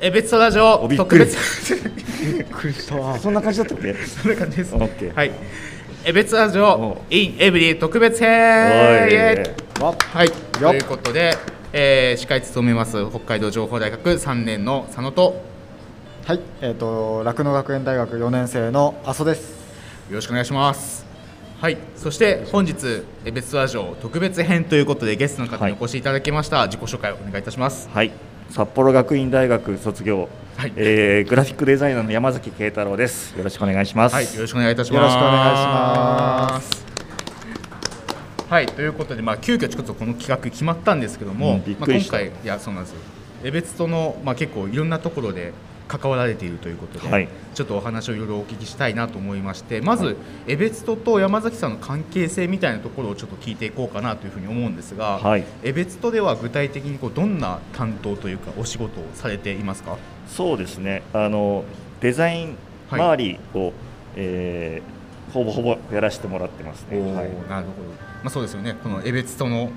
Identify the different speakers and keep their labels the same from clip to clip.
Speaker 1: え別とラジオ
Speaker 2: おびっく
Speaker 1: 特
Speaker 2: り
Speaker 1: 別
Speaker 2: そんな感じだったっけ
Speaker 1: そんな感じです
Speaker 2: オッケー
Speaker 1: はいえ別ラジ
Speaker 2: おう
Speaker 1: オ in エブリィ特別編
Speaker 2: おい
Speaker 1: イエーイ
Speaker 2: わ
Speaker 1: はい、
Speaker 2: よっ
Speaker 1: ということで、えー、司会務めます北海道情報大学3年の佐野と
Speaker 3: はい、えっ、と酪農学園大学4年生の阿蘇です。
Speaker 1: よろしくお願いします。はい、そして本日え別ラジオ特別編ということでゲストの方
Speaker 2: は
Speaker 1: に
Speaker 2: い
Speaker 1: お越しいただきました、自己紹介をお願いいたします。
Speaker 2: はい札幌学院大学卒業、
Speaker 1: はい
Speaker 2: えーグラフィックデザイナーの山崎慶太郎ですよろしくお願いします、
Speaker 1: はい、よろしくお願いいたします。。
Speaker 3: よろしくお願いします
Speaker 1: はい、ということで、まあ、急遽ちょっとこの企画決まったんですけども、
Speaker 2: うんびっ
Speaker 1: ま
Speaker 2: く
Speaker 1: あ、
Speaker 2: り
Speaker 1: 今
Speaker 2: した
Speaker 1: 回、いや、そうなんですよ。え別との、まあ、結構いろんなところで。関わられているということで、
Speaker 2: はい
Speaker 1: ちょっとお話をいろいろお聞きしたいなと思いましてまず江別とと山崎さんの関係性みたいなところをちょっと聞いていこうかなというふうに思うんですが、
Speaker 2: はい
Speaker 1: エベツトでは具体的にこうどんな担当というかお仕事をされていますか。
Speaker 2: そうですねあのデザイン
Speaker 1: はい
Speaker 2: 周りを、えーほぼほぼやらせてもらってますね、はい
Speaker 1: なるほど。まあそうですよね。このエベツトの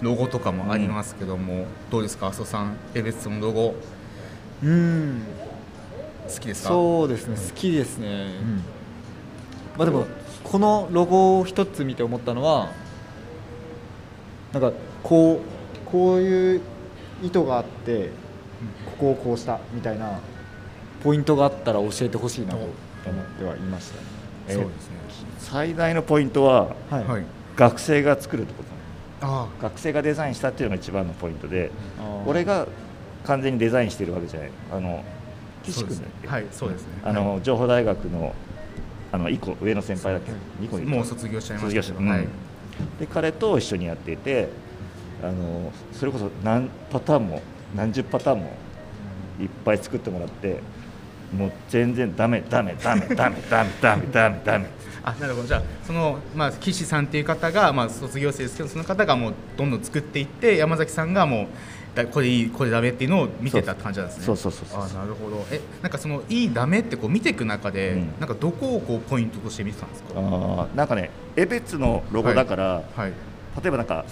Speaker 1: ロゴとかもありますけども、どうですか、阿蘇さん、エベツトのロゴ
Speaker 3: うーん、
Speaker 1: 好きですか。
Speaker 3: そうですね、好きですね。
Speaker 1: うん
Speaker 3: まあでもこのロゴを一つ見て思ったのは、なんかこうこういう意図があってここをこうしたみたいなポイントがあったら教えてほしいなと思ってはいました、ね。
Speaker 2: えー
Speaker 1: そうですね。
Speaker 2: 最大のポイントは
Speaker 3: はい。
Speaker 1: はい。
Speaker 2: 学生が作るってことなんです
Speaker 1: あ
Speaker 2: 学生がデザインしたっていうのが一番のポイントで
Speaker 3: あー
Speaker 2: 俺が完全にデザインしてるわけじゃないあの
Speaker 1: あ、
Speaker 2: 岸
Speaker 1: そうで
Speaker 2: 君
Speaker 1: す
Speaker 2: だ
Speaker 1: ね
Speaker 2: っけ、。
Speaker 1: はい、そうですね。
Speaker 2: あの、情報大学のあの一個上の先輩だっけ二個
Speaker 1: はい
Speaker 2: いる
Speaker 1: もう卒業しちゃいま
Speaker 2: 卒
Speaker 1: し
Speaker 2: 業
Speaker 1: た
Speaker 2: し
Speaker 1: け
Speaker 2: た、
Speaker 1: ど。
Speaker 2: うん
Speaker 1: はい。
Speaker 2: で彼と一緒にやっていてあのそれこそ何パターンも何十パターンもいっぱい作ってもらってもう全然ダメダメダメダメダメダメダメ ダメ
Speaker 1: あなるほどじゃあその、まあ、岸さんっていう方が、まあ、卒業生ですけどその方がもうどんどん作っていって山崎さんがもうだこれいいこれダメっていうのを見てたって感じなんですね
Speaker 2: そうそうそうそうそ
Speaker 1: あ
Speaker 2: う
Speaker 1: なるほどえなんかそのいいダメってこう見ていく中で、
Speaker 2: うん
Speaker 1: なんかどこをこうポイントとして見てたんですか
Speaker 2: あーなんかねエベツのロゴだから、
Speaker 1: はい
Speaker 2: 例えばなんか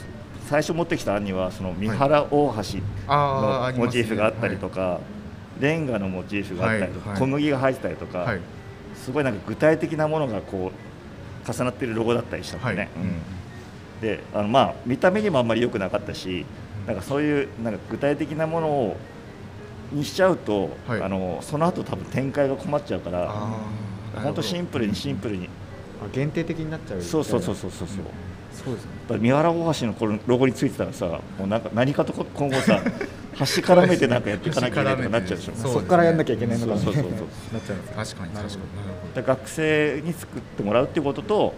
Speaker 2: 最初持ってきた案にはその三原大橋
Speaker 1: あーありま
Speaker 2: の
Speaker 1: すね
Speaker 2: モチーフがあったりとか、レンガのモチーフがあったりとか、
Speaker 1: はいはい
Speaker 2: 小麦が入ってたりとか、
Speaker 1: はい
Speaker 2: すごいなんか具体的なものがこう重なってるロゴだったりしたの
Speaker 1: はい、
Speaker 2: ね、
Speaker 1: う
Speaker 2: うんんであのまあ見た目にもあんまり良くなかったしなんかそういうなんか具体的なものをにしちゃうと、
Speaker 1: はい
Speaker 2: あのその後多分展開が困っちゃうから
Speaker 1: あー
Speaker 2: 本当シンプルにシンプルに、
Speaker 3: あ限定的になっちゃう。
Speaker 2: そうそうそうそうそうそう。
Speaker 3: そうですね。
Speaker 2: だから三原大橋のこのロゴについてたらさもうなんか何かとこ今後 さ端からめてなんかやっていかなきゃいけないとかなっちゃうでしょ
Speaker 1: 端
Speaker 3: そ
Speaker 1: めて
Speaker 3: こからやんなきゃいけないのかな
Speaker 2: そうそうそうそう
Speaker 3: なっちゃうんです
Speaker 1: な
Speaker 3: か
Speaker 1: るほど確かに確かになるほ
Speaker 2: だから学生に作ってもらうってことと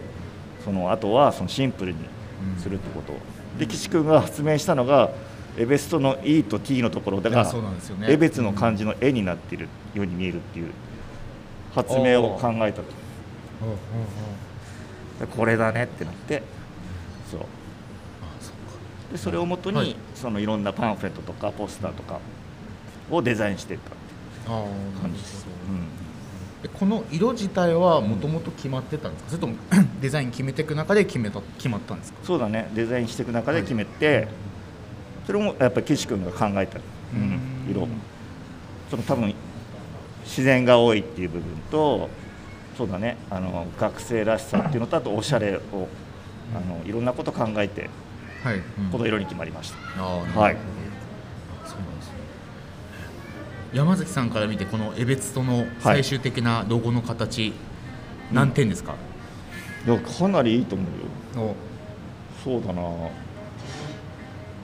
Speaker 2: そのあとはそのシンプルにするってこと、で岸君が発明したのがエベストの E と T のところだか
Speaker 1: いやそうなんですよね
Speaker 2: らエベツの漢字の絵になっているように見えるっていう発明を考えたと
Speaker 1: どうんうんうん
Speaker 2: でこれだねってなってそうでそれをもとに、
Speaker 1: はい
Speaker 2: そのいろんなパンフレットとかポスターとかをデザインしていったって
Speaker 1: ああ
Speaker 2: 感じです、うん
Speaker 1: でこの色自体はもともと決まってたんですか、それとも デザイン決めていく中で決めた決まったんですか
Speaker 2: そうだねデザインしていく中で決めて、それもやっぱり岸君が考えた、うん
Speaker 1: うん
Speaker 2: 色その多分自然が多いっていう部分とそうだねあの学生らしさっていうのとあとおしゃれをあのいろんなこと考えて
Speaker 1: はい、
Speaker 2: この色に決まりました、
Speaker 1: ああ
Speaker 2: はい
Speaker 1: そうなんですね山崎さんから見てこのエベツとの最終的なロゴの形、何点ですか、
Speaker 2: いやかなりいいと思うよ
Speaker 1: お
Speaker 2: そうだな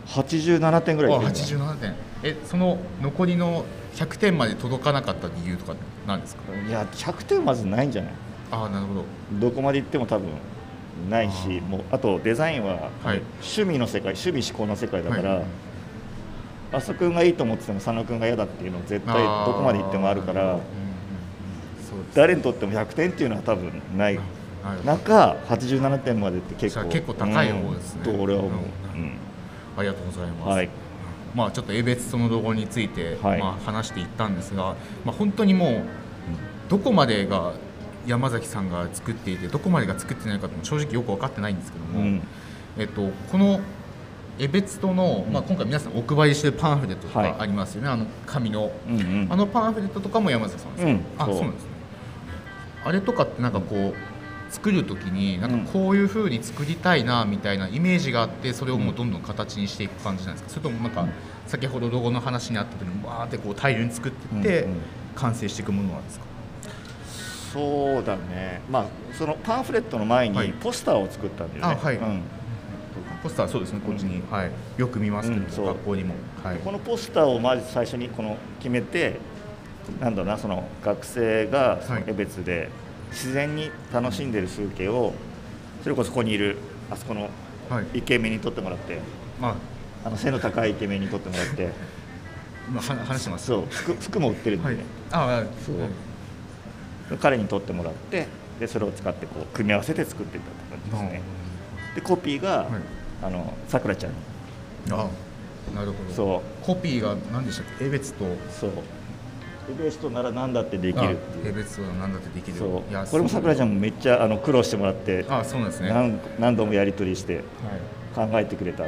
Speaker 2: 87点ぐらいい
Speaker 1: あ
Speaker 2: ってるんじゃない
Speaker 1: 87点えその残りの100点まで届かなかった理由とか何ですか
Speaker 2: いや100点まずないんじゃない
Speaker 1: ああなるほど
Speaker 2: どこまで行っても多分ない
Speaker 1: あ
Speaker 2: し
Speaker 1: ー
Speaker 2: もうあとデザインは
Speaker 1: はい
Speaker 2: 趣味の世界趣味思考の世界だから、
Speaker 1: はい
Speaker 2: 阿蘇君がいいと思ってても佐野君が嫌だっていうの絶対どこまで行ってもあるか
Speaker 1: う
Speaker 2: ら
Speaker 1: んそうです
Speaker 2: 誰にとっても100点っていうのは多分ない
Speaker 1: なるほど
Speaker 2: 中87点までって結構
Speaker 1: じゃあ結構高い方ですね
Speaker 2: うんと俺は思う、
Speaker 1: うんありがとうございます、
Speaker 2: はい
Speaker 1: まあ、ちょっとエベツとのロゴについて、
Speaker 2: はい
Speaker 1: まあ、話していったんですが、まあ、本当にもうどこまでが山崎さんが作っていてどこまでが作ってないかっても正直よく分かってないんですけど
Speaker 2: う
Speaker 1: も、
Speaker 2: ん、うん
Speaker 1: えっと、このエベツトの、まあ、今回皆さんお配りしてるパンフレットと
Speaker 2: はい
Speaker 1: かありますよね、あの紙の、
Speaker 2: うんうん
Speaker 1: あのパンフレットとかも山崎さんですか、
Speaker 2: うん
Speaker 1: あ
Speaker 2: そ
Speaker 1: そううなんですねあれとかってなんかこう作る時にな
Speaker 2: うん
Speaker 1: んかこういうふうに作りたいなみたいなイメージがあってそれをもうどんどん形にしていく感じなんですかそれともなんか先ほどロゴの話にあった時にわーってこう大量に作っていって
Speaker 2: うんうん
Speaker 1: 完成していくものなんですか、
Speaker 2: そうだねまあそのパンフレットの前
Speaker 1: はい
Speaker 2: にポスターを作ったんだよね、
Speaker 1: あはい
Speaker 2: うん
Speaker 1: ポスターそうですねこっちに、はい、よく見ますけど、
Speaker 2: うんそう
Speaker 1: 学校にも、はい、
Speaker 2: このポスターをまず最初にこの決めてなんだろうなその学生がその
Speaker 1: はい
Speaker 2: 江別で自然に楽しんでる風景をそれこそここにいるあそこの
Speaker 1: はい
Speaker 2: イケメンに撮ってもらって
Speaker 1: まあ
Speaker 2: あの背の高いイケメンに撮ってもらって
Speaker 1: 今は話してます
Speaker 2: そう服服も売ってるんで、
Speaker 1: はい
Speaker 2: ね、
Speaker 1: あはい
Speaker 2: そう彼に撮ってもらってでそれを使ってこう組み合わせて作っていったって感じですねでコピーが、
Speaker 1: はい
Speaker 2: あのさくらちゃん
Speaker 1: あなるほど
Speaker 2: そう
Speaker 1: コピーが何でしたっけエベツと
Speaker 2: そうエベストなら何だってできるって
Speaker 1: あ
Speaker 2: い
Speaker 1: エ
Speaker 2: う
Speaker 1: ベツと何だってできる
Speaker 2: そう
Speaker 1: いや
Speaker 2: これも
Speaker 1: そう
Speaker 2: さくらちゃんもめっちゃあの苦労してもらって
Speaker 1: あそうなんですねはい
Speaker 2: 何何度もやり取りして考えてくれた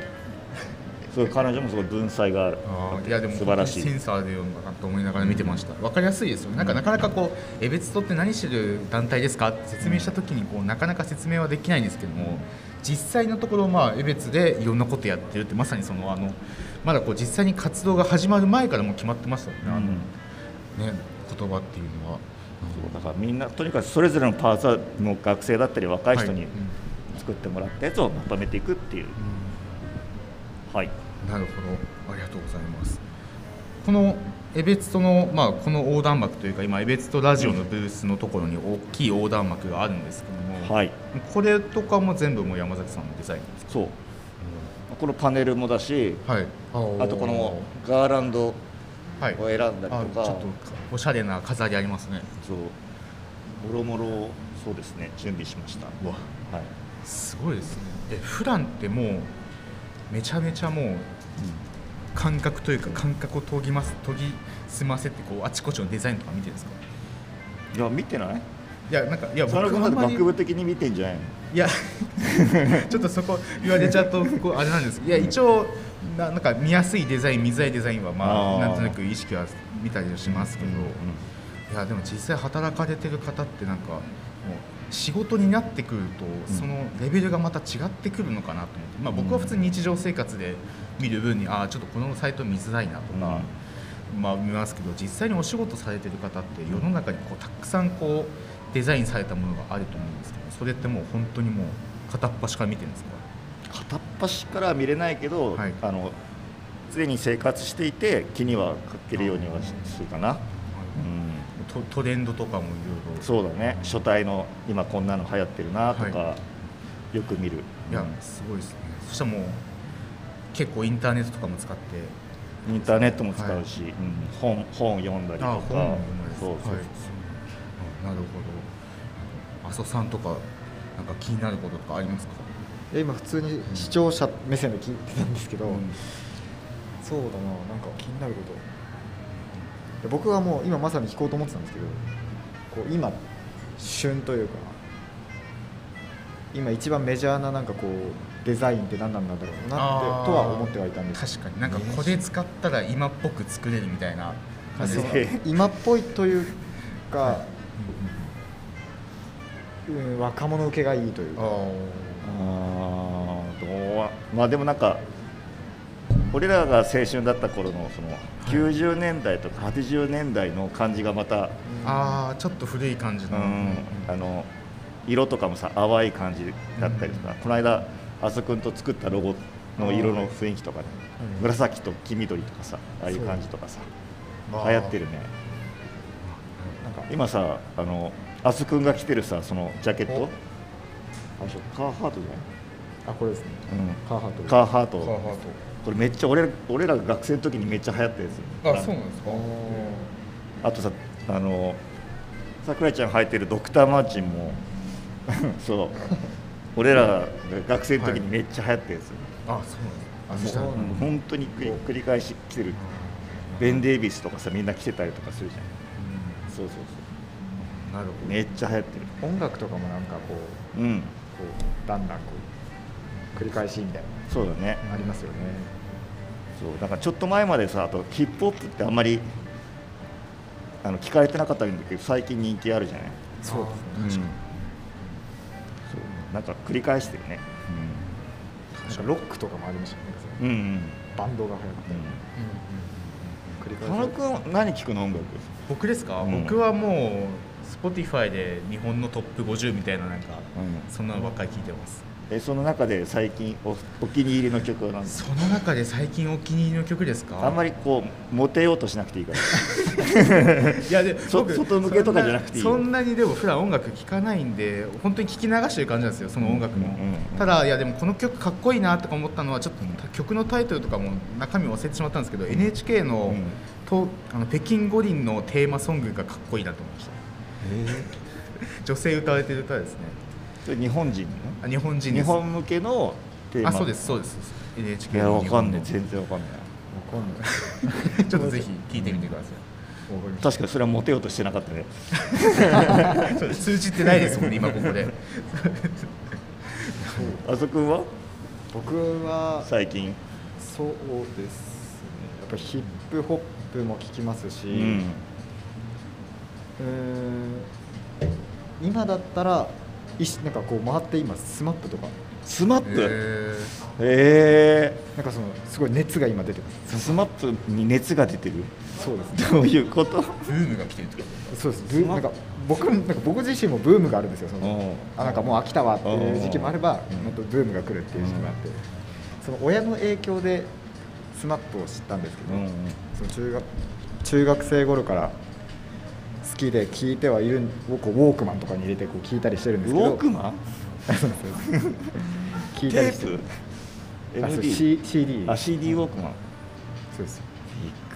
Speaker 2: そう彼女もすごい文才がある
Speaker 1: あーいやでも
Speaker 2: 素晴らし
Speaker 1: セ
Speaker 2: い
Speaker 1: ンサーで読んだなと思いながら見てましたわかりやすいですよねなんかなかなかこう「エベツとって何してる団体ですか?」って説明した時にこうなかなか説明はできないんですけども実際のところまあエベツでいろんなことやってるってまさにそのあのまだこう実際に活動が始まる前からもう決まってましたよね
Speaker 2: う
Speaker 1: あの
Speaker 2: ん
Speaker 1: ね言葉っていうのは
Speaker 2: そうだからみんなとにかくそれぞれのパーツはもう学生だったり若い人に
Speaker 1: うん
Speaker 2: 作ってもらったやつをまとめていくっていう
Speaker 1: うん
Speaker 2: はい
Speaker 1: なるほど、ありがとうございます。このエベツとの、まあ、この横断幕というか、今エベツとラジオのブースのところに大きい横断幕があるんですけども。
Speaker 2: はい
Speaker 1: これとかも全部もう山崎さんのデザインです
Speaker 2: そうこのパネルもだし
Speaker 1: か。はい。
Speaker 2: あとこのガーランドを
Speaker 1: はい。
Speaker 2: 選んだりと
Speaker 1: あ、ちょ
Speaker 2: か
Speaker 1: っとおしゃれな飾りありますね。
Speaker 2: そうもろもろそうですね準備しました
Speaker 1: うわ、
Speaker 2: はい、
Speaker 1: すごいですね。え、普段ってもうめちゃめちゃもう感覚というか感覚を研ぎます研ぎ澄ませってこうあちこちのデザインとか見てるんですか。
Speaker 2: いや見てない
Speaker 1: いやなんかいや
Speaker 2: 佐野君
Speaker 1: あ
Speaker 2: ま
Speaker 1: ん
Speaker 2: で
Speaker 1: まり
Speaker 2: 学部的に見てんじゃないの
Speaker 1: いや ちょっとそこ言われちゃうとこうあれなんですけどいや一応ななんか見やすいデザイン見づらいデザインはまあ
Speaker 2: あー
Speaker 1: なんとなく意識は見たりはしますけど、いやでも実際働かれてる方ってなんかもう仕事になってくると
Speaker 2: うん
Speaker 1: そのレベルがまた違ってくるのかなと思って、まあ、僕は普通に日常生活で見る分にああちょっとこのサイト見づらいなとか。まあ、見ますけど実際にお仕事されてる方って世の中にこうたくさんこうデザインされたものがあると思うんですけどそれってもう本当にもう片っ端から見てるんですか
Speaker 2: 片っ端からは見れないけど、
Speaker 1: はい
Speaker 2: あの常に生活していて気にはかけるようにはしするかな、う
Speaker 1: トトレンドとかもいろいろ
Speaker 2: ん、そうだね書体の今こんなの流行ってるなとか、
Speaker 1: は
Speaker 2: よく見る
Speaker 1: いやすごいですねそしたらもう結構インターネットとかも使って
Speaker 2: インターネットも使うし、うん本本読んだりとか
Speaker 1: 本もです
Speaker 2: そうそうそう、
Speaker 1: はいあなるほど阿蘇さんとかなんか気になることとかありますか
Speaker 3: いや今普通に視聴者目線で聞いてたんですけど、そうだななんか気になることいや僕はもう今まさに聞こうと思ってたんですけどこう今旬というか今一番メジャーななんかこうデザインって何なんだろうなってと
Speaker 1: あー
Speaker 3: は思ってはいたんです
Speaker 1: 確かになんかこれ使ったら今っぽく作れるみたいな感じ
Speaker 3: そ
Speaker 1: で
Speaker 3: う
Speaker 1: すか
Speaker 2: 確かに
Speaker 3: 今っぽいというか、うん、若者受けがいいとい
Speaker 1: あ
Speaker 3: うか
Speaker 1: ー
Speaker 2: あーどうはまあでもなんか俺らが青春だった頃のその90年代とか80年代の感じがまた、
Speaker 1: あーちょっと古い感じ
Speaker 2: う
Speaker 1: の、
Speaker 2: ん、あの色とかもさ淡い感じだったりとか、この間あそくんと作ったロゴの色の雰囲気とかね、
Speaker 3: うん
Speaker 2: 紫と黄緑とかさああいう感じとかさ
Speaker 1: あー
Speaker 2: 流行ってるね
Speaker 3: なんか
Speaker 2: 今さあのあそくんが着てるさそのジャケットあれでしょカーハートじ
Speaker 3: あこれですね
Speaker 2: ゃない、
Speaker 3: カーハート
Speaker 2: うん、
Speaker 3: です
Speaker 2: カーハー
Speaker 1: カ
Speaker 2: ト
Speaker 1: ーハ
Speaker 2: これめっちゃ俺ら俺らが学生の時にめっちゃ流行ったや
Speaker 1: ー
Speaker 2: つ
Speaker 1: トあそうなんですか
Speaker 2: あとさあの桜井ちゃんが履いてるドクターマーチンも そう俺らが学生の時にめっちゃ流行ったやつ、
Speaker 1: あそうなんですかあそしたら
Speaker 3: そう
Speaker 2: もう本当に繰り繰り返し来てるベン・デイビスとかさみんな来てたりとかするじゃんそうそうそ
Speaker 1: なるほ
Speaker 2: う
Speaker 1: ど、
Speaker 2: めっちゃ流行ってる
Speaker 3: 音楽とかもなんかこう
Speaker 2: うん
Speaker 3: こうだんだんこう繰り返しみたいな
Speaker 2: そうだね
Speaker 1: ありますよね
Speaker 2: そうなんかちょっと前までさあとヒップホップってあんまりあの聞かれてなかったんだけど最近人気あるじゃない、
Speaker 1: そうですね
Speaker 2: うん、そうなんか繰り返してるね
Speaker 3: なんかロックとかもありましたよね
Speaker 2: うんうん
Speaker 3: バンドが流行
Speaker 2: う
Speaker 3: ったり繰り返
Speaker 2: ん
Speaker 3: さ
Speaker 2: 狩
Speaker 3: れ
Speaker 2: 野
Speaker 3: て
Speaker 2: 君は何聞くの音楽
Speaker 1: 僕ですか、
Speaker 2: うん
Speaker 1: 僕はもう Spotify で日本のトップ50みたいななんか
Speaker 2: うん
Speaker 1: そんなのばっかり聞いてます
Speaker 2: えその中で最近おお気に入りの曲は何ですか
Speaker 1: その中で最近お気に入りの曲ですか
Speaker 2: あんまりこうモテようとしなくていいから
Speaker 1: いやで
Speaker 2: そ
Speaker 1: 僕
Speaker 2: 外向けとかじゃなくていいよ
Speaker 1: そんなそんなにでも普段音楽聴かないんで本当に聞き流してる感じなんですよその音楽も、
Speaker 2: うんうんうん
Speaker 1: ただいやでもこの曲かっこいいなとか思ったのはちょっと曲のタイトルとかも中身忘れてしまったんですけど、NHK の,、
Speaker 2: うん
Speaker 1: とあの北京五輪のテーマソングがかっこいいなと思いました女性歌われてる歌ですね
Speaker 2: それ日本人の
Speaker 1: あ日本人
Speaker 2: 日
Speaker 1: です
Speaker 2: 本向けのテーマ
Speaker 1: あそうですそうですそうです
Speaker 2: い
Speaker 1: NHK
Speaker 2: やわかん
Speaker 1: な
Speaker 2: ね
Speaker 1: いち
Speaker 2: え
Speaker 1: ょ
Speaker 2: 全然わかんない
Speaker 3: わかんない
Speaker 1: っとぜひ聞いてみてください
Speaker 2: 確かにそれはモテようとしてなかったね
Speaker 1: そうです通じてないですもんね今ここ で
Speaker 2: あそくんは
Speaker 3: 僕は
Speaker 2: 最近
Speaker 3: そうですねやっぱヒップホップも聞きますし、
Speaker 2: うん
Speaker 3: うーん今だったらいしなんかこう回って今スマップとか
Speaker 2: スマップへ
Speaker 1: え
Speaker 2: え
Speaker 3: なんかそのすごい熱が今出てます
Speaker 2: スマップに熱が出てる
Speaker 3: そうですね
Speaker 2: どういうこと
Speaker 1: ー、ブームが来てるってこと
Speaker 3: そうですブーなんか僕なんか僕自身もブームがあるんですよそ
Speaker 2: うん
Speaker 3: のあなんかもう飽きたわっていう時期もあれば
Speaker 2: うん
Speaker 3: もっとブームが来るっていう時期もあってその親の影響でスマップを知ったんですけど、
Speaker 2: うん
Speaker 3: その中学中学生頃から好きで聞いてはいるん僕ウォークマンとかに入れてこう聞いたりしてるん
Speaker 2: ウ
Speaker 3: ですけど
Speaker 2: ォークマン
Speaker 3: そうですそうです 聞いた
Speaker 2: テ
Speaker 3: りして
Speaker 2: ープ
Speaker 3: あそう
Speaker 2: MD
Speaker 3: C CD
Speaker 2: あ CD ウォークマン
Speaker 3: そうです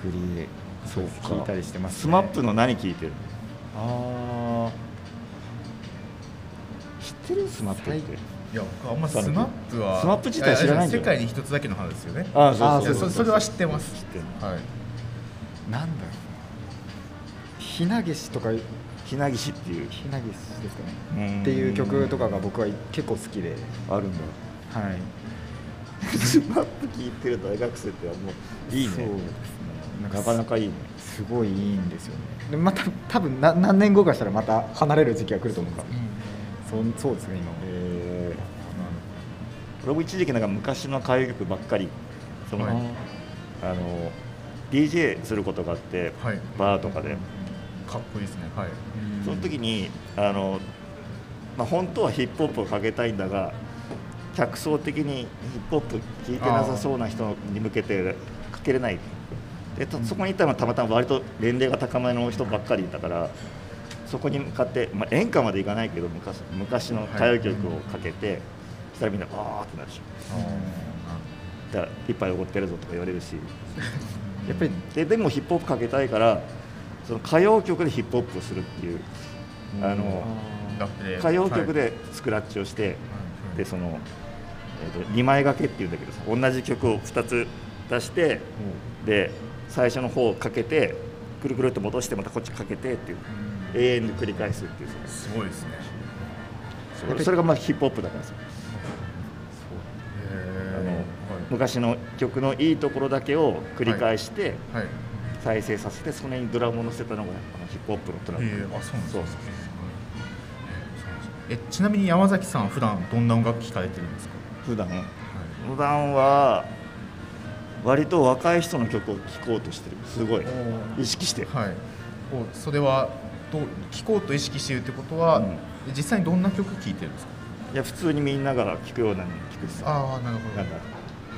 Speaker 2: びっくりそうか
Speaker 3: 聞いたりしてますね
Speaker 2: スマップの何聞いてる
Speaker 3: あ
Speaker 2: 知ってるスマップって
Speaker 1: いや僕あんまスマップは
Speaker 2: スマップ自体知らないんだ
Speaker 1: 世
Speaker 2: よ
Speaker 1: 界に一つだけの花ですよね
Speaker 2: あ
Speaker 3: あ
Speaker 1: い
Speaker 3: ー
Speaker 1: や
Speaker 3: そう
Speaker 1: そそれは知ってます
Speaker 2: 知ってる
Speaker 1: はい
Speaker 3: あなんだろうなひなげしとか
Speaker 2: ひなぎしっていう
Speaker 3: ひなげしですか
Speaker 2: うん
Speaker 3: ねっていう曲とかが僕は結構好きで
Speaker 2: あ るんだ
Speaker 3: はい
Speaker 2: スマップ聞いてる大学生ってもういい
Speaker 3: そう
Speaker 2: ね
Speaker 3: ですねなんか
Speaker 2: なかなかいいね
Speaker 3: すごいいいんですよねでまた多分な何年後かしたらまた離れる時期が来ると思うからそうそうですね今も
Speaker 2: えー、俺も一時期なんか昔の歌謡曲ばっかりその、
Speaker 1: はい
Speaker 2: あの DJ することがあって、
Speaker 1: はい
Speaker 2: バーとかで、
Speaker 1: かっこいいですねはい
Speaker 2: その時にあの、まあ、本当はヒップホップをかけたいんだが客層的にヒップホップ聴いてなさそうな人に向けてかけれないでとそこにいたのはたまたま割と年齢が高めの人ばっかりいたからそこに向かって、まあ、演歌までいかないけど昔昔の歌謡曲をかけて、そしたらみんなバーってなるでしょだから一杯おごってるぞとか言われ るしやっぱりででもヒップホップかけたいからその歌謡曲でヒップホップをするっていう、あの
Speaker 1: ラップで
Speaker 2: 歌謡曲
Speaker 1: はい
Speaker 2: でスクラッチをして、
Speaker 1: はい
Speaker 2: でその、えー、と2枚掛けっていうんだけどさ同じ曲を2つ出してで最初の方をかけてくるくるっと戻してまたこっちかけてっていう
Speaker 1: うん
Speaker 2: 永遠に繰り返すっていう
Speaker 1: すごいですね
Speaker 2: それそれがまあヒップホップだからさあの、
Speaker 1: へー
Speaker 2: 昔の曲のいいところだけを繰り返して、
Speaker 1: はいはい
Speaker 2: 再生させてそれにドラムを乗せたのがあのヒップホップのトラ
Speaker 1: へ
Speaker 2: ッ
Speaker 1: ーあそうなんです
Speaker 2: そう
Speaker 1: かえちなみに山崎さん普段どんな音楽聴かれてるんですか
Speaker 2: ク普段普段は割と若い人の曲を聴こうとしてるすごい意識して
Speaker 1: はい、はい、おそれはどう聴こうと意識してるってことは、
Speaker 2: うん
Speaker 1: 実際にどんな曲聴いてるんですか
Speaker 2: いや普通にみんなが聴くようなの聴くしさ
Speaker 1: ああなるほ
Speaker 2: なんか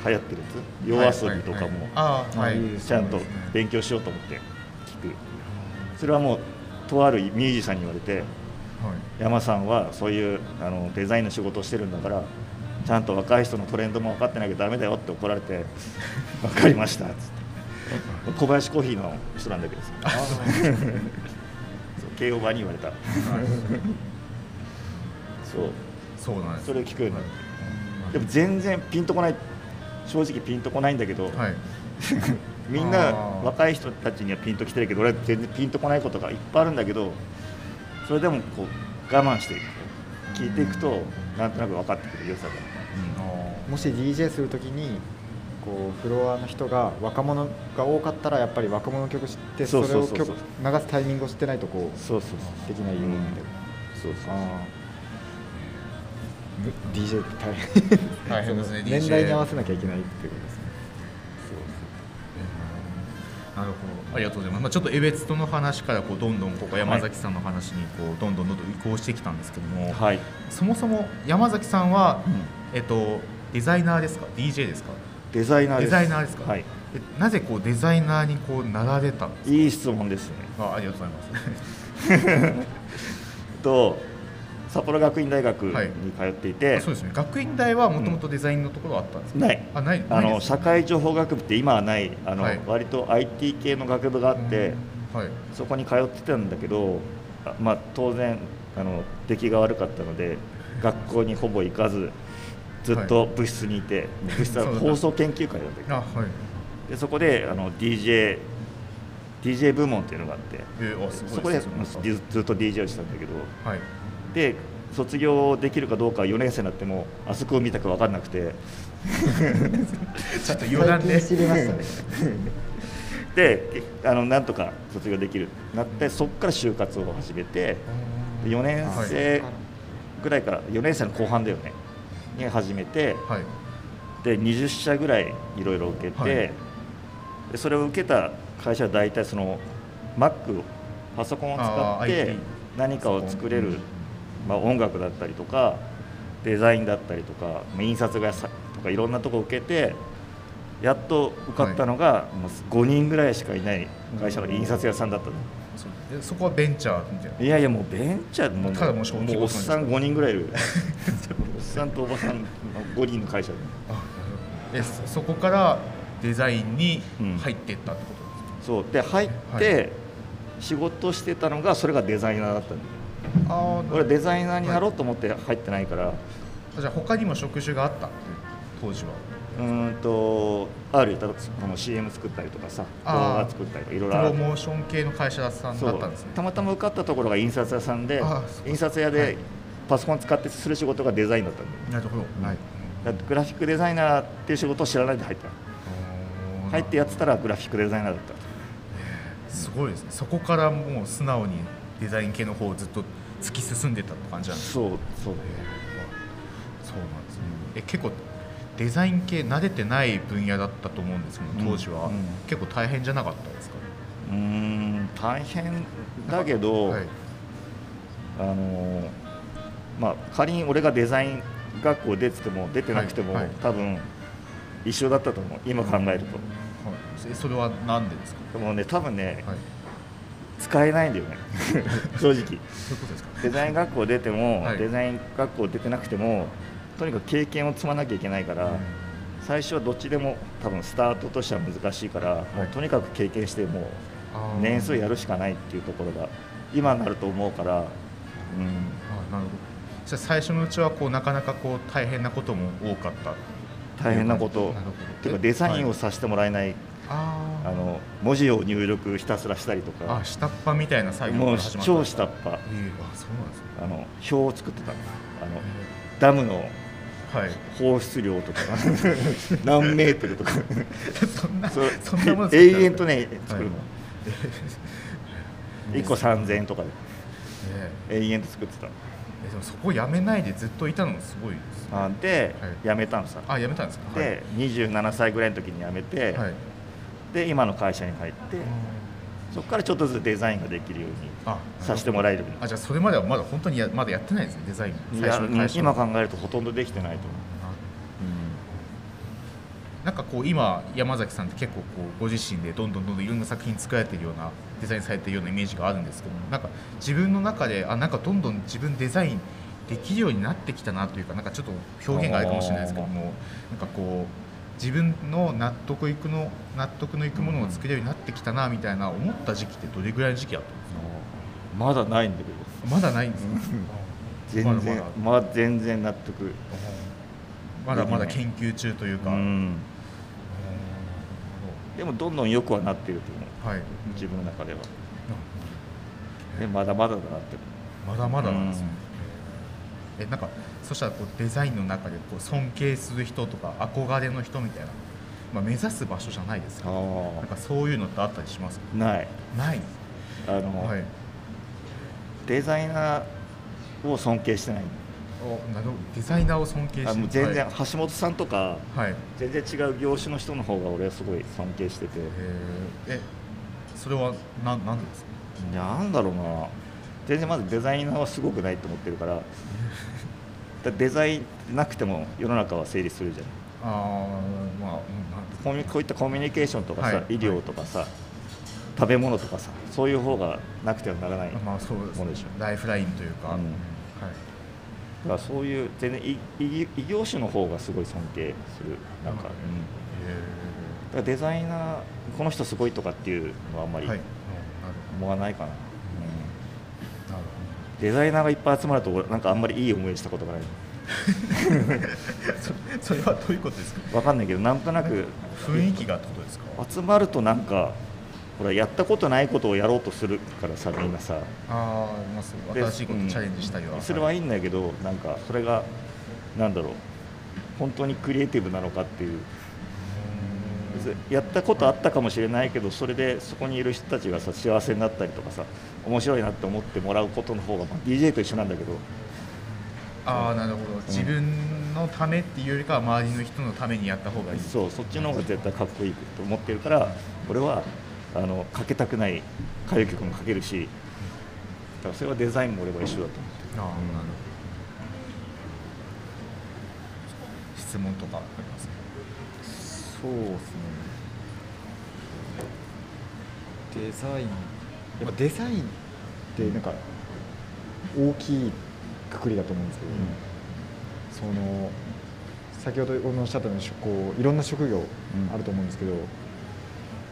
Speaker 2: 流行ってる
Speaker 1: は
Speaker 2: や
Speaker 1: い
Speaker 2: つ夜遊びとかも
Speaker 1: ああはい
Speaker 3: あいいですね
Speaker 2: ちゃんと勉強しようと思って聴くそれはもうとあるミュージシャンに言われて
Speaker 1: はい
Speaker 2: 山さんはそういうあのデザインの仕事をしてるんだからちゃんと若い人のトレンドも分かってなきゃダメだよって怒られて 分かりましたっつって小林コーヒーの人なんだけどさそう慶応場に言われたそう
Speaker 1: そうなんです
Speaker 2: それを聞くようになっ
Speaker 1: はい
Speaker 2: てでも全然ピンとこない正直ピンとこないんだけど、
Speaker 1: はい
Speaker 2: みんな
Speaker 1: あー
Speaker 2: 若い人たちにはピンときてるけど俺は全然ピンとこないことがいっぱいあるんだけどそれでもこう我慢していく聞いていくとなんとなく分かってくる良さが
Speaker 1: あ
Speaker 3: もし DJ するときにこうフロアの人が若者が多かったらやっぱり若者の曲知って
Speaker 2: そ
Speaker 3: そうれ
Speaker 2: そう
Speaker 3: を
Speaker 2: そうそう
Speaker 3: 曲流すタイミングを知ってないとこう
Speaker 2: そうそう
Speaker 3: できないようにみたいな
Speaker 2: そうそうそう
Speaker 3: あー DJ って大変
Speaker 1: 大変ですね
Speaker 3: その年代に合わせなきゃいけないっていうことですね
Speaker 1: なるほどありがとうございます、まあ、ちょっと江別との話からこうどんどんここ山崎さんの話にこうどんどんどんどん移行してきたんですけども、
Speaker 2: はい、
Speaker 1: そもそも山崎さんは、
Speaker 2: うん
Speaker 1: えっと、デザイナーですか DJ ですか
Speaker 2: デザイナーです
Speaker 1: デザイナーですか
Speaker 2: はい、
Speaker 1: えなぜこうデザイナーにこうなられたんです
Speaker 2: いい質問ですね
Speaker 1: かあありがとうございます
Speaker 2: と札幌学院大学
Speaker 1: はい
Speaker 2: に通っていて、
Speaker 1: そうですね学院大はもともとデザインのところはあったんですか、
Speaker 2: ない
Speaker 1: あないない
Speaker 2: あ
Speaker 1: です
Speaker 2: の
Speaker 1: ね
Speaker 2: 社会情報学部って今はないあの、
Speaker 1: はい
Speaker 2: 割と IT 系の学部があって、
Speaker 1: うんはい
Speaker 2: そこに通ってたんだけどあまあ当然あの出来が悪かったので学校にほぼ行かずずっと部室にいて、部室は放送研究会だったけど
Speaker 1: あはい
Speaker 2: でそこであの DJ, DJ 部門っていうのがあって
Speaker 1: えーあすごい
Speaker 2: そこで
Speaker 1: そうなんですか
Speaker 2: ずずっと DJ をしてたんだけど
Speaker 1: はい
Speaker 2: で卒業できるかどうかは4年生になってもあそこを見たか分かんなくて
Speaker 1: ちょっと余談 で
Speaker 3: 最近知りましたね
Speaker 2: であのなんとか卒業できるなってそこから就活を始めてで4年生ぐらいから4年生の後半だよねに始めて
Speaker 1: はい
Speaker 2: で20社ぐらいいろいろ受けて、
Speaker 1: はい
Speaker 2: でそれを受けた会社は大体その Mac パソコンを使っ
Speaker 1: あー
Speaker 2: て
Speaker 1: IT
Speaker 2: 何かを作れ
Speaker 1: うん
Speaker 2: る、まあ、音楽だったりとかデザインだったりとかまあ印刷がさとかいろんなとこ受けてやっと受かったのが、もう5人ぐらいしかいない会社の印刷屋さんだったの、
Speaker 1: そうえそこはベンチャーみたいない
Speaker 2: やいやもうベンチャーもう
Speaker 1: ただもう小規模
Speaker 2: もうおっさん5人ぐらいいるおっさんとおばさんの5人の会社で
Speaker 1: えそそこからデザインに
Speaker 2: うん
Speaker 1: 入っていったってことですか、
Speaker 2: そうで入っ
Speaker 1: は
Speaker 2: て仕事してたのがそれがデザイナーだったんで
Speaker 1: ああ
Speaker 2: 俺デザイナーになろうと思って入ってないから
Speaker 1: じゃあ他にも職種があった当時は
Speaker 2: うーんとあるよだからこの CM 作ったりとかさ動
Speaker 1: あー
Speaker 2: 画作ったりとかいろ
Speaker 1: プ
Speaker 2: いろあ
Speaker 1: ロ
Speaker 2: る
Speaker 1: モーション系の会社さん
Speaker 2: そ
Speaker 1: だっ
Speaker 2: う
Speaker 1: たんですね
Speaker 2: たまたま受かったところが印刷屋さんで
Speaker 1: あーそう
Speaker 2: 印刷屋
Speaker 1: はい
Speaker 2: でパソコン使ってする仕事がデザインだったんだ
Speaker 1: な
Speaker 2: よ
Speaker 1: るほど、はい
Speaker 2: だからグラフィックデザイナーっていう仕事を知らないで入った
Speaker 1: おー
Speaker 2: 入ってやってたらグラフィックデザイナーだった
Speaker 1: すごいですねそこからもう素直にデザイン系の方をずっと突き進んでたって感じなんです
Speaker 2: そうそうだよ
Speaker 1: そうなんですねえ結構デザイン系慣れてない分野だったと思うんですけど当時は、
Speaker 2: うんうん
Speaker 1: 結構大変じゃなかったですか
Speaker 2: うーん大変だけど、
Speaker 1: はい
Speaker 2: あのーまあ、仮に俺がデザイン学校出てても出てなくても、
Speaker 1: はいはい
Speaker 2: 多分一緒だったと思う今考えると
Speaker 1: はい、えそれは何でですか、
Speaker 2: でもね多分ね、
Speaker 1: はい、
Speaker 2: 使えないんだ よね正
Speaker 1: そうい
Speaker 2: 直
Speaker 1: うことですか
Speaker 2: デザイン学校出ても、
Speaker 1: はい
Speaker 2: デザイン学校出てなくてもとにかく経験を積まなきゃいけないから、最初はどっちでも多分スタートとしては難しいから、もうとにかく経験してもう
Speaker 1: あー
Speaker 2: 年数やるしかないっていうところが今になると思うから、
Speaker 1: あ
Speaker 2: うん、
Speaker 1: なるほどじゃあ最初のうちはこうなかなかこう大変なことも多かった
Speaker 2: 大変なこ
Speaker 1: なる
Speaker 2: と
Speaker 1: ほど
Speaker 2: ていうかデザイン
Speaker 1: は
Speaker 2: を
Speaker 1: い
Speaker 2: させてもらえない、
Speaker 1: あ
Speaker 2: あ
Speaker 1: ー
Speaker 2: の文字を入力ひたすらしたりと
Speaker 1: あ
Speaker 2: か
Speaker 1: 下っ端みたいな作業か
Speaker 2: もう
Speaker 1: ら始まった
Speaker 2: 超下っ
Speaker 1: ええあ
Speaker 2: 端
Speaker 1: そうなんですね
Speaker 2: あの表を作ってたあのダムの
Speaker 1: はい
Speaker 2: 放出量 とか何メートルとか
Speaker 1: そんな
Speaker 2: そう
Speaker 1: そんなもの作ってたんだ
Speaker 2: 永遠とね作るの、
Speaker 1: はい
Speaker 2: 一1個3000円とかで
Speaker 1: え
Speaker 2: 永遠と作ってた
Speaker 1: ええでもそこやめないでずっといたのもすごいです
Speaker 2: あで、
Speaker 1: はい
Speaker 2: 辞めたのさ
Speaker 1: あやめたんですか
Speaker 2: で27歳ぐらいの時に辞めて、
Speaker 1: はい、はい、
Speaker 2: で今の会社に入ってそこからちょっとずつデザインができるように
Speaker 1: あ
Speaker 2: させてもらえるように
Speaker 1: あじゃあそれまではまだ本当にやまだやってないですねデザイン
Speaker 2: い
Speaker 1: 最
Speaker 2: や
Speaker 1: 初の会社
Speaker 2: 今考えるとほとんどできてないと思
Speaker 1: あ
Speaker 2: う、
Speaker 1: なんかこう今山崎さんって結構こうご自身でどんどんどんどんいろんな作品作られてるようなデザインされてるようなイメージがあるんですけどもなんか自分の中であなんかどんどん自分デザインできるようになってきたなというかなんかちょっと表現があれかもしれないですけどもなんかこう自分の納得いくの納得のいくものを作れるようになってきたなみたいな思った時期ってどれぐらいの時期だったんです
Speaker 2: まだないんだけど
Speaker 1: かまだないんですか
Speaker 2: 全
Speaker 1: まだま
Speaker 2: 然
Speaker 1: だ
Speaker 2: まだ全然納得
Speaker 1: まだまだ研究中という
Speaker 2: う
Speaker 1: か、
Speaker 2: んでもどんどん良くはなってると思う
Speaker 1: はい
Speaker 2: 自分の中ではでまだまだだなって
Speaker 1: まだまだなんですね
Speaker 2: うん
Speaker 1: えなんかそしたらこうデザインの中でこう尊敬する人とか憧れの人みたいな、まあ、目指す場所じゃないですけど
Speaker 2: あ
Speaker 1: なんかそういうのってあったりしますか
Speaker 2: あない
Speaker 1: ない、
Speaker 2: あの、
Speaker 1: はい、
Speaker 2: デザイナーを尊敬してない
Speaker 1: おなるほどデザイナーを尊敬して
Speaker 2: あもう全然
Speaker 1: は
Speaker 2: 橋本さんとか
Speaker 1: い、はいへ
Speaker 2: 全然違う業種の人の方が俺はすごい尊敬してて
Speaker 1: ーえそれはななんでですか
Speaker 2: なんだろうな全然まずデザイナーはすごくないと思ってる からだデザインなくても世の中は成立するじゃん
Speaker 1: あーまあ、うんなんですか
Speaker 2: コミこういったコミュニケーションとかさ、
Speaker 1: はい
Speaker 2: 医療とかさ、食べ物とかさそういう方がなくてはならない、
Speaker 1: まあそうですね
Speaker 2: ものでしょ
Speaker 1: ライフラインというか、
Speaker 2: うん
Speaker 1: うんはい
Speaker 2: だからそういう全然異異異業種の方がすごい尊敬するなん
Speaker 1: う
Speaker 2: か,、
Speaker 1: ん
Speaker 2: うんだ
Speaker 1: へ
Speaker 2: からデザイナーこの人すごいとかっていうのはあんま
Speaker 1: ー
Speaker 2: り
Speaker 1: はい、なる
Speaker 2: 思わないかな、
Speaker 1: ほどなる
Speaker 2: うんデザイナーがいっぱい集まると俺なんかあんまりいい思いしたことがない
Speaker 1: ほど それ はどういうことですか
Speaker 2: わかんないけどなんとなく
Speaker 1: 雰囲気がってことですか
Speaker 2: 集まるとなんかほらやったことないことをやろうとするからさみんなさ
Speaker 1: ああ、まあ、そう
Speaker 2: で
Speaker 1: 新しいこと
Speaker 2: うん
Speaker 1: チャレンジしたりは、
Speaker 2: それはいいんだけどなんかそれがなんだろう本当にクリエイティブなのかっていう別にやったことあったかもしれないけどそれでそこにいる人たちがさ幸せになったりとかさ面白いなって思ってもらうことの方が、まあ、DJ と一緒なんだけど
Speaker 1: ああなるほど自分のためっていうよりかは周りの人のためにやった方がいい
Speaker 2: そうそっちの方が絶対かっこいいと思ってるから俺はあのかけたくない歌謡曲もかけるしだからそれはデザインも俺は一緒だと思って
Speaker 1: ああなるほど質問とかあります
Speaker 3: そうですねデザインやっぱデザインってなんか大きいくくりだと思うんですけど、その先ほどおっしゃったようにしこういろんな職業
Speaker 2: ん
Speaker 3: あると思うんですけど、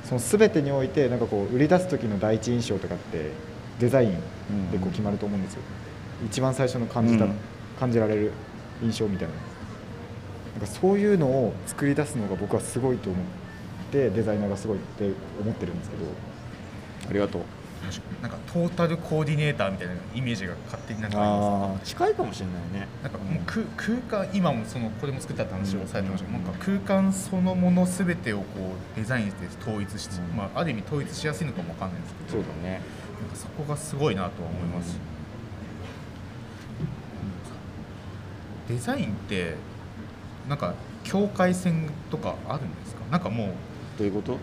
Speaker 3: その全てにおいてなんかこう売り出す時の第一印象とかってデザインでこう決まると思うんですよ、一番最初の感じた、
Speaker 2: うん
Speaker 3: 感じられる印象みたいななんかそういうのを作り出すのが僕はすごいと思ってデザイナーがすごいって思ってるんですけど
Speaker 2: ありがとう
Speaker 1: なんかトータルコーディネーターみたいなイメージが勝手になんかあります
Speaker 2: あー近いかもしれないね
Speaker 1: なんかもう空空間今もそのこれも作ったって話をされてましたけど、なんか空間そのもの全てをこうデザインして統一して、
Speaker 2: うん
Speaker 1: まあ、ある意味統一しやすいのかもわかんないですけ
Speaker 2: そ
Speaker 1: ど
Speaker 2: うだね
Speaker 1: なんかそこがすごいなとは思いますし、デザインってなんか境界線とかあるんですかなんかもうっ
Speaker 2: どういうこと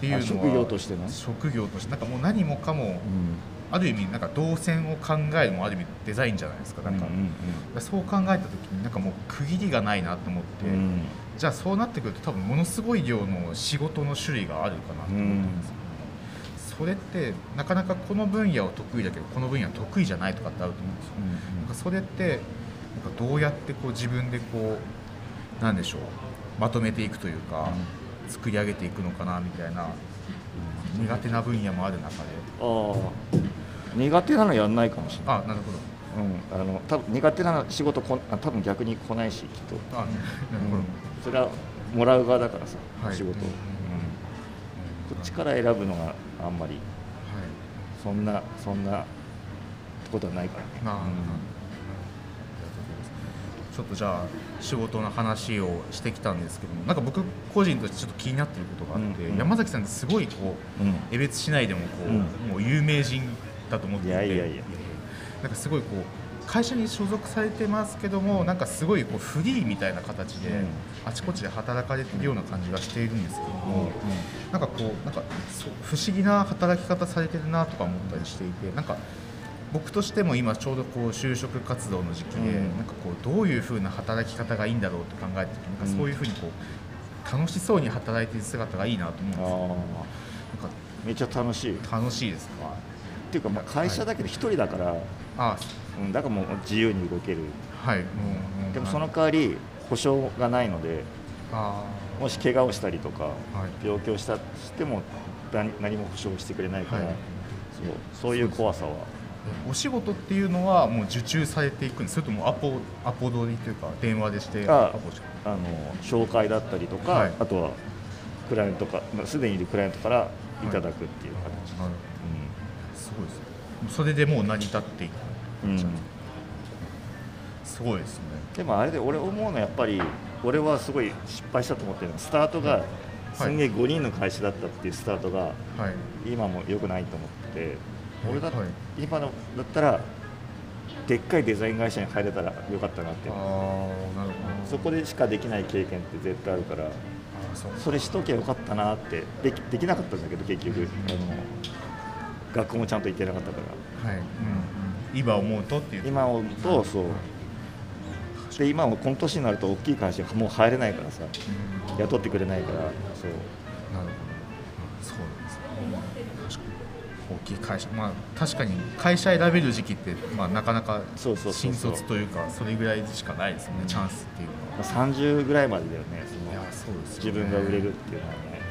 Speaker 1: ていうのは
Speaker 2: あ職業としての
Speaker 1: 職業としてなんかもう何もかも、ある意味なんか動線を考えるもある意味デザインじゃないですかなんか、そう考えた時になんかもう区切りがないなと思って、
Speaker 2: うん
Speaker 1: じゃあそうなってくると多分ものすごい量の仕事の種類があるかなと思ってます、それってなかなかこの分野を得意だけどこの分野は得意じゃないとかってあると思うんですよ、なんかそれってなんかどうやってこう自分でこうなんでしょうまとめていくというか、作り上げていくのかなみたいな苦手な分野もある中で
Speaker 2: ああ苦手なのやんないかもしれな
Speaker 1: あ
Speaker 2: い
Speaker 1: なるほど
Speaker 2: うんあの多分苦手な仕事こあ多分逆に来ないしきっと
Speaker 1: あなるほど、
Speaker 2: うんそれはもらう側だからさ、
Speaker 1: はい
Speaker 2: 仕事
Speaker 1: う
Speaker 2: を、
Speaker 1: ん
Speaker 2: こっちから選ぶのがあんま
Speaker 1: はい
Speaker 2: りそんなそんなことはないからね
Speaker 1: なあ、ありがとうございますちょっとじゃあ仕事の話をしてきたんですけどもなんか僕個人としてちょっと気になってることがあって、
Speaker 2: うんうん
Speaker 1: 山崎さんってすごいこう、
Speaker 2: うん
Speaker 1: 江別市内でもこう、
Speaker 2: うん
Speaker 1: もう有名人だと思っていて
Speaker 2: いやいやいやいや
Speaker 1: なんかすごいこう会社に所属されてますけども、なんかすごいこうフリーみたいな形で、
Speaker 2: うん
Speaker 1: あちこちで働かれてるような感じがしているんですけども、なんかこうなんかそう不思議な働き方されてるなとか思ったりしていてなんか僕としても今ちょうどこう就職活動の時期で、
Speaker 2: うん
Speaker 1: なんかこうどういう風な働き方がいいんだろうって考えた時なんかそういう風にこう楽しそうに働いている姿がいいなと思うんです
Speaker 2: あ
Speaker 1: よ
Speaker 2: あめっちゃ楽しい
Speaker 1: な
Speaker 2: っ
Speaker 1: んか楽しいですか
Speaker 2: ていうか、まあ、会社だけど一人だから、
Speaker 1: あ
Speaker 2: うん、だからもう自由に動ける
Speaker 1: はいもううん
Speaker 2: でもその
Speaker 1: あ
Speaker 2: 代わり保証がないので
Speaker 1: あ
Speaker 2: もし怪我をしたりとか、
Speaker 1: い
Speaker 2: 病気をしたしても何何も保証してくれないから、
Speaker 1: はい
Speaker 2: そうそういう怖さは
Speaker 1: お仕事っていうのはもう受注されていくんですそれともアポアポ取りというか電話でして
Speaker 2: あ
Speaker 1: アポして
Speaker 2: あの紹介だったりとか、
Speaker 1: はい
Speaker 2: あとはクライアントかまあすでにいるクライアントからいただくっていう形、
Speaker 1: なるすごいですねそれでもう成り立っていく
Speaker 2: うんうん
Speaker 1: そすごいですね
Speaker 2: でもあれで俺思うのはやっぱり俺はすごい失敗したと思ってるのスタートがすんげえ5人の会社だったっていうスタートが
Speaker 1: はい
Speaker 2: 今も良くないと思って俺だ、
Speaker 1: はい
Speaker 2: 今のだったらでっかいデザイン会社に入れたらよかったなって
Speaker 1: ああなるほど
Speaker 2: そこでしかできない経験って絶対あるから
Speaker 1: あーそう
Speaker 2: それしときゃよかったなってできできなかったんだけど結局あの学校もちゃんと行ってなかったから。
Speaker 1: はい、うんうん、今思うとっていう
Speaker 2: 今思うとそうで今もこの年になると大きい会社もう入れないからさ
Speaker 1: うん
Speaker 2: 雇ってくれないからそう
Speaker 1: なるほど、そうなんですね。大きい会社、まあ、確かに会社選べる時期って、まあ、なかなか
Speaker 2: そうそうそうそう
Speaker 1: 新卒というか、それぐらいしかないですよね、チャンスっていうの
Speaker 2: ま
Speaker 1: は。
Speaker 2: あ30ぐらいまでだよねその
Speaker 1: いやそうですよ
Speaker 2: 自
Speaker 1: ね
Speaker 2: 分が売れるっていうのはね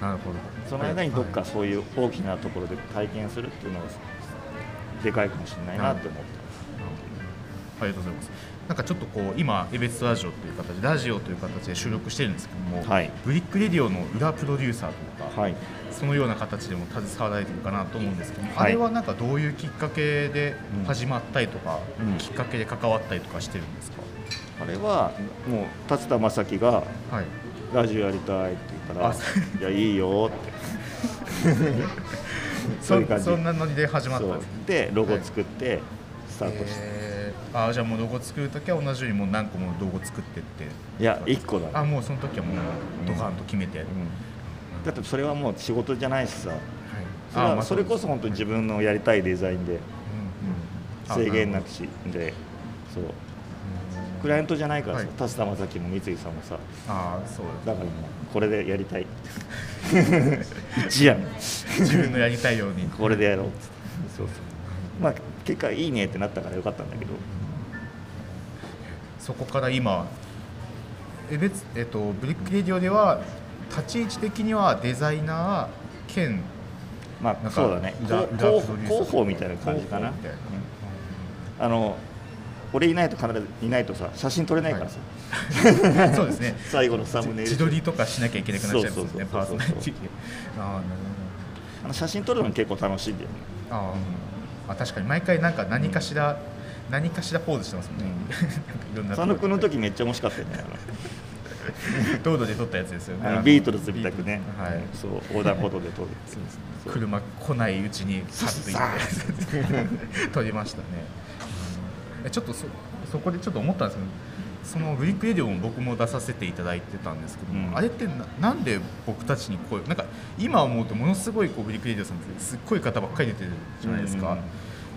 Speaker 1: なるほど。
Speaker 2: その間にどっか
Speaker 1: はい
Speaker 2: そういう大きなところで体験するっていうのがでかいかもしれないなって思っ
Speaker 1: ありがとうございます。なんかちょっとこう今エベツラジオという形ラジオという形で収録してるんですけども、
Speaker 2: はい
Speaker 1: ブリックレディオの裏プロデューサーという
Speaker 2: た
Speaker 1: か、
Speaker 2: はい
Speaker 1: そのような形でも携わられてるかなと思うんですけど、
Speaker 2: はい
Speaker 1: あれはなんかどういうきっかけで始まったりとか、
Speaker 2: うん
Speaker 1: きっかけで関わったりとかしてるんですか、
Speaker 2: あれはもう達田正樹が
Speaker 1: はい、
Speaker 2: ラジオやりたいって言ったら
Speaker 1: あそう
Speaker 2: 「いやいいよ」って
Speaker 1: そ
Speaker 2: そういう感じ
Speaker 1: そんなノリで始まったん
Speaker 2: そ
Speaker 1: で
Speaker 2: う
Speaker 1: すね
Speaker 2: でロゴ作ってスタートして
Speaker 1: えーあーじゃあもうロゴ作る時は同じようにもう何個もロゴ作ってって
Speaker 2: いや1個だね
Speaker 1: あもうその時はもうドカンと決めて、はい
Speaker 2: だってそれはもう仕事じゃないしさそれ
Speaker 1: あー
Speaker 2: は
Speaker 1: まあ
Speaker 2: それこそ本当に自分のやりたいデザインで
Speaker 1: うんうん
Speaker 2: 制限なくしでそうクライアントじゃないから
Speaker 1: は
Speaker 2: さ
Speaker 1: い
Speaker 2: 田正樹も三井さんもさ
Speaker 1: あーそう
Speaker 2: だからもうこれでやりたい 一やん
Speaker 1: 自分のやりたいように
Speaker 2: これでやろうっつってそうそうまあ結果いいねってなったからよかったんだけど
Speaker 1: そこから今え別、えっと、ブリックレディオでは立ち位置的にはデザイナー兼
Speaker 2: ま
Speaker 1: な
Speaker 2: あ
Speaker 1: んか
Speaker 2: そうだね
Speaker 1: 裏
Speaker 2: こう
Speaker 1: 裏
Speaker 2: 広
Speaker 1: プロデューサー
Speaker 2: 広報みたいな感じかな
Speaker 1: 広報みたいな
Speaker 2: うんあの俺いないと必ずいないとさ写真撮れないからさ、
Speaker 1: そうですね
Speaker 2: 最後のサムネイル
Speaker 1: 自撮りとかしなきゃいけなくなっちゃいますよねパ
Speaker 2: そ
Speaker 1: ーソ
Speaker 2: うそうそうそう
Speaker 1: ナリティであーなる
Speaker 2: あの写真撮るの結構楽しいんだよね
Speaker 1: ほどあーあ確かに毎回なんか何かしら、何かしらポーズしてますもんね、いろ んな
Speaker 2: 佐野君の時めっちゃ面白かったよね
Speaker 1: 道路で撮ったやつですよ
Speaker 2: あ
Speaker 1: ね
Speaker 2: のあ
Speaker 1: あ
Speaker 2: の
Speaker 1: の
Speaker 2: ビートルズみたくね、
Speaker 1: はい
Speaker 2: そう横断歩道で撮るっていうそう
Speaker 1: 車来ないうちにさっと行って 撮りましたねえちょっとそそこでちょっと思ったんですけどそのブリックエディオも僕も出させていただいてたんですけども、
Speaker 2: うん
Speaker 1: あれってななんで僕たちに声なんか今思うとものすごいこうブリックエディオさんってすっごい方ばっかり出てるじゃないですか、
Speaker 2: うんうん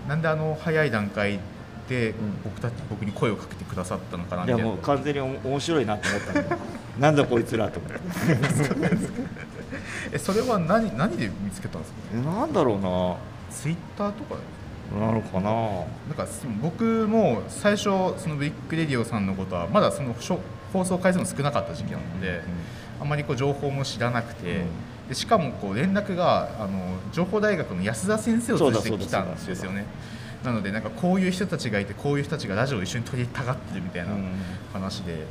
Speaker 1: なんであの早い段階で
Speaker 2: ん
Speaker 1: 僕たち、僕に声をかけてくださったのかなみ
Speaker 2: い
Speaker 1: たい
Speaker 2: や
Speaker 1: な
Speaker 2: もう完全に面白いなと思ったんだよ なんだこいつらと思って
Speaker 1: えそれは何何で見つけたんですかね
Speaker 2: えなんだろう
Speaker 1: ツイッターとか
Speaker 2: ななのかな
Speaker 1: なんかす僕も最初そのブリックレディオさんのことはまだそのしょ放送回数も少なかった時期なので、あんまりこう情報も知らなくて、でしかもこう連絡があの情報大学の安田先生を通じてきたんですよねなのでなんかこういう人たちがいてこういう人たちがラジオを一緒に取りたがってるみたいな
Speaker 2: うん
Speaker 1: 話で。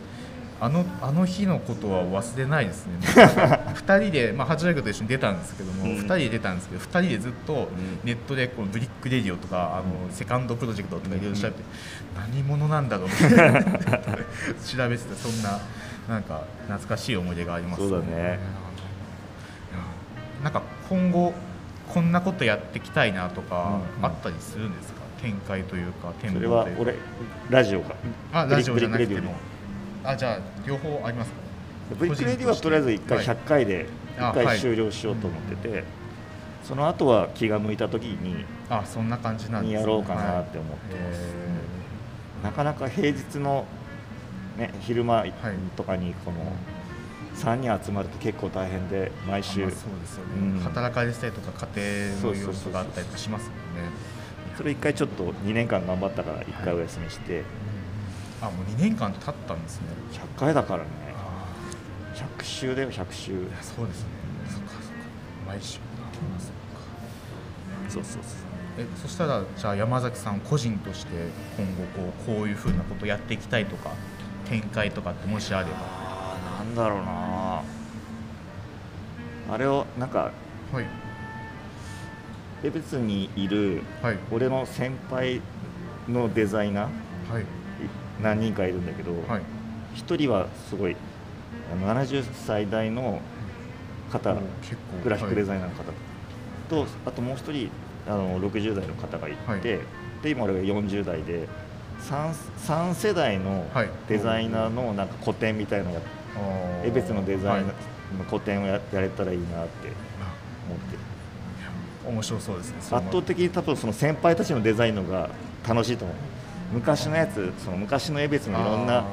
Speaker 1: あのあの日のことは忘れないです ね、2人で、まあ、八大学と一緒に出たんですけども、
Speaker 2: うん
Speaker 1: 2人で出たんですけど、2人でずっと
Speaker 2: ん
Speaker 1: ネットでこうブリック・レディオとか、あのセカンドプロジェクトとかいろいろ調べて、何者なんだろうみたい な調べてた、そんな、なんか懐かしい思い出があります
Speaker 2: そうだね
Speaker 1: なんか今後こんなことやっていきたいなとか
Speaker 2: うんうん
Speaker 1: あったりするんですか、展開というか展望
Speaker 2: そ
Speaker 1: と
Speaker 2: れ
Speaker 1: いうか
Speaker 2: は俺ラジオか
Speaker 1: あラジオじゃなくて
Speaker 2: ブリックレディオ
Speaker 1: も
Speaker 2: ね
Speaker 1: あじゃあ両方ありますか
Speaker 2: ブリックレディはとりあえず1回
Speaker 1: はい
Speaker 2: 100回で
Speaker 1: あ
Speaker 2: 1
Speaker 1: は
Speaker 2: 回
Speaker 1: い
Speaker 2: 終了しようと思ってて、その後は気が向いた時に
Speaker 1: あそんな感じなんです、
Speaker 2: やろうかなって思って
Speaker 1: はい
Speaker 2: なかなか平日の、ね、昼間とかにこの3人集まると結構大変で
Speaker 1: へ
Speaker 2: 毎
Speaker 1: ー
Speaker 2: 週
Speaker 1: まあそうですよね、
Speaker 2: うん
Speaker 1: 働かれてたりとか家庭の
Speaker 2: そうそう
Speaker 1: 要
Speaker 2: そうそ
Speaker 1: 素
Speaker 2: う
Speaker 1: があったりとかしますもんね
Speaker 2: それ1回ちょっと2年間頑張ったから1回お休みして
Speaker 1: あもう2年間経ったんですね
Speaker 2: 100回だからね
Speaker 1: あ
Speaker 2: 100週だよ100週
Speaker 1: あそうですねそっかそっか毎週あそっか
Speaker 2: そうそうそう
Speaker 1: えそしたらじゃあ山崎さん個人として今後こうこういうふうなことやっていきたいとか展開とかってもしあれば
Speaker 2: ああなんだろうなあれをなんか
Speaker 1: はい
Speaker 2: 江別にいる
Speaker 1: はい
Speaker 2: 俺の先輩のデザイナー
Speaker 1: はい
Speaker 2: い何人かいるんだけど、
Speaker 1: はい
Speaker 2: 一人はすごいあの70歳代の方、
Speaker 1: 結構
Speaker 2: グラフィックデザイ
Speaker 1: ナ
Speaker 2: ナーの方と、あともう一人あの60代の方がいて、
Speaker 1: はい
Speaker 2: で今俺が40代で 3, 三世代の
Speaker 1: はい
Speaker 2: デザイナーのなんか個展みたいのが
Speaker 1: ー
Speaker 2: 江別のデザイン
Speaker 1: はい
Speaker 2: の個展をややれたらいいなって思ってる
Speaker 1: あ面白そうですね
Speaker 2: 圧倒的に多分その先輩たちのデザインのが楽しいと思う昔のやつその昔の江別のいろんな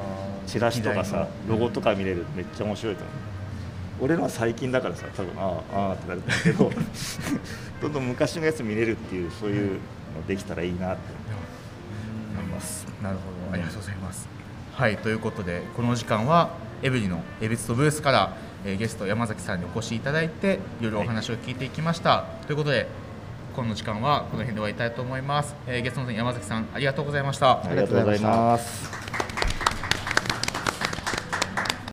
Speaker 2: チラシとかさロゴとか見れるめっちゃ面白いと思う俺のは最近だからさ多分ああああってなるんだけどどんどん昔のやつ見れるっていうそういうのできたらいいなって
Speaker 1: 思いますなるほどありがとうございますはいということでこの時間はエブリィのエベツとブースから、えーゲスト山崎さんにお越しいただいていろいろお話を聞いていきました、ということでこの時間はこの辺で終わりたいと思います、えーゲストの山崎さんありがとうございました
Speaker 2: ありがとうございます。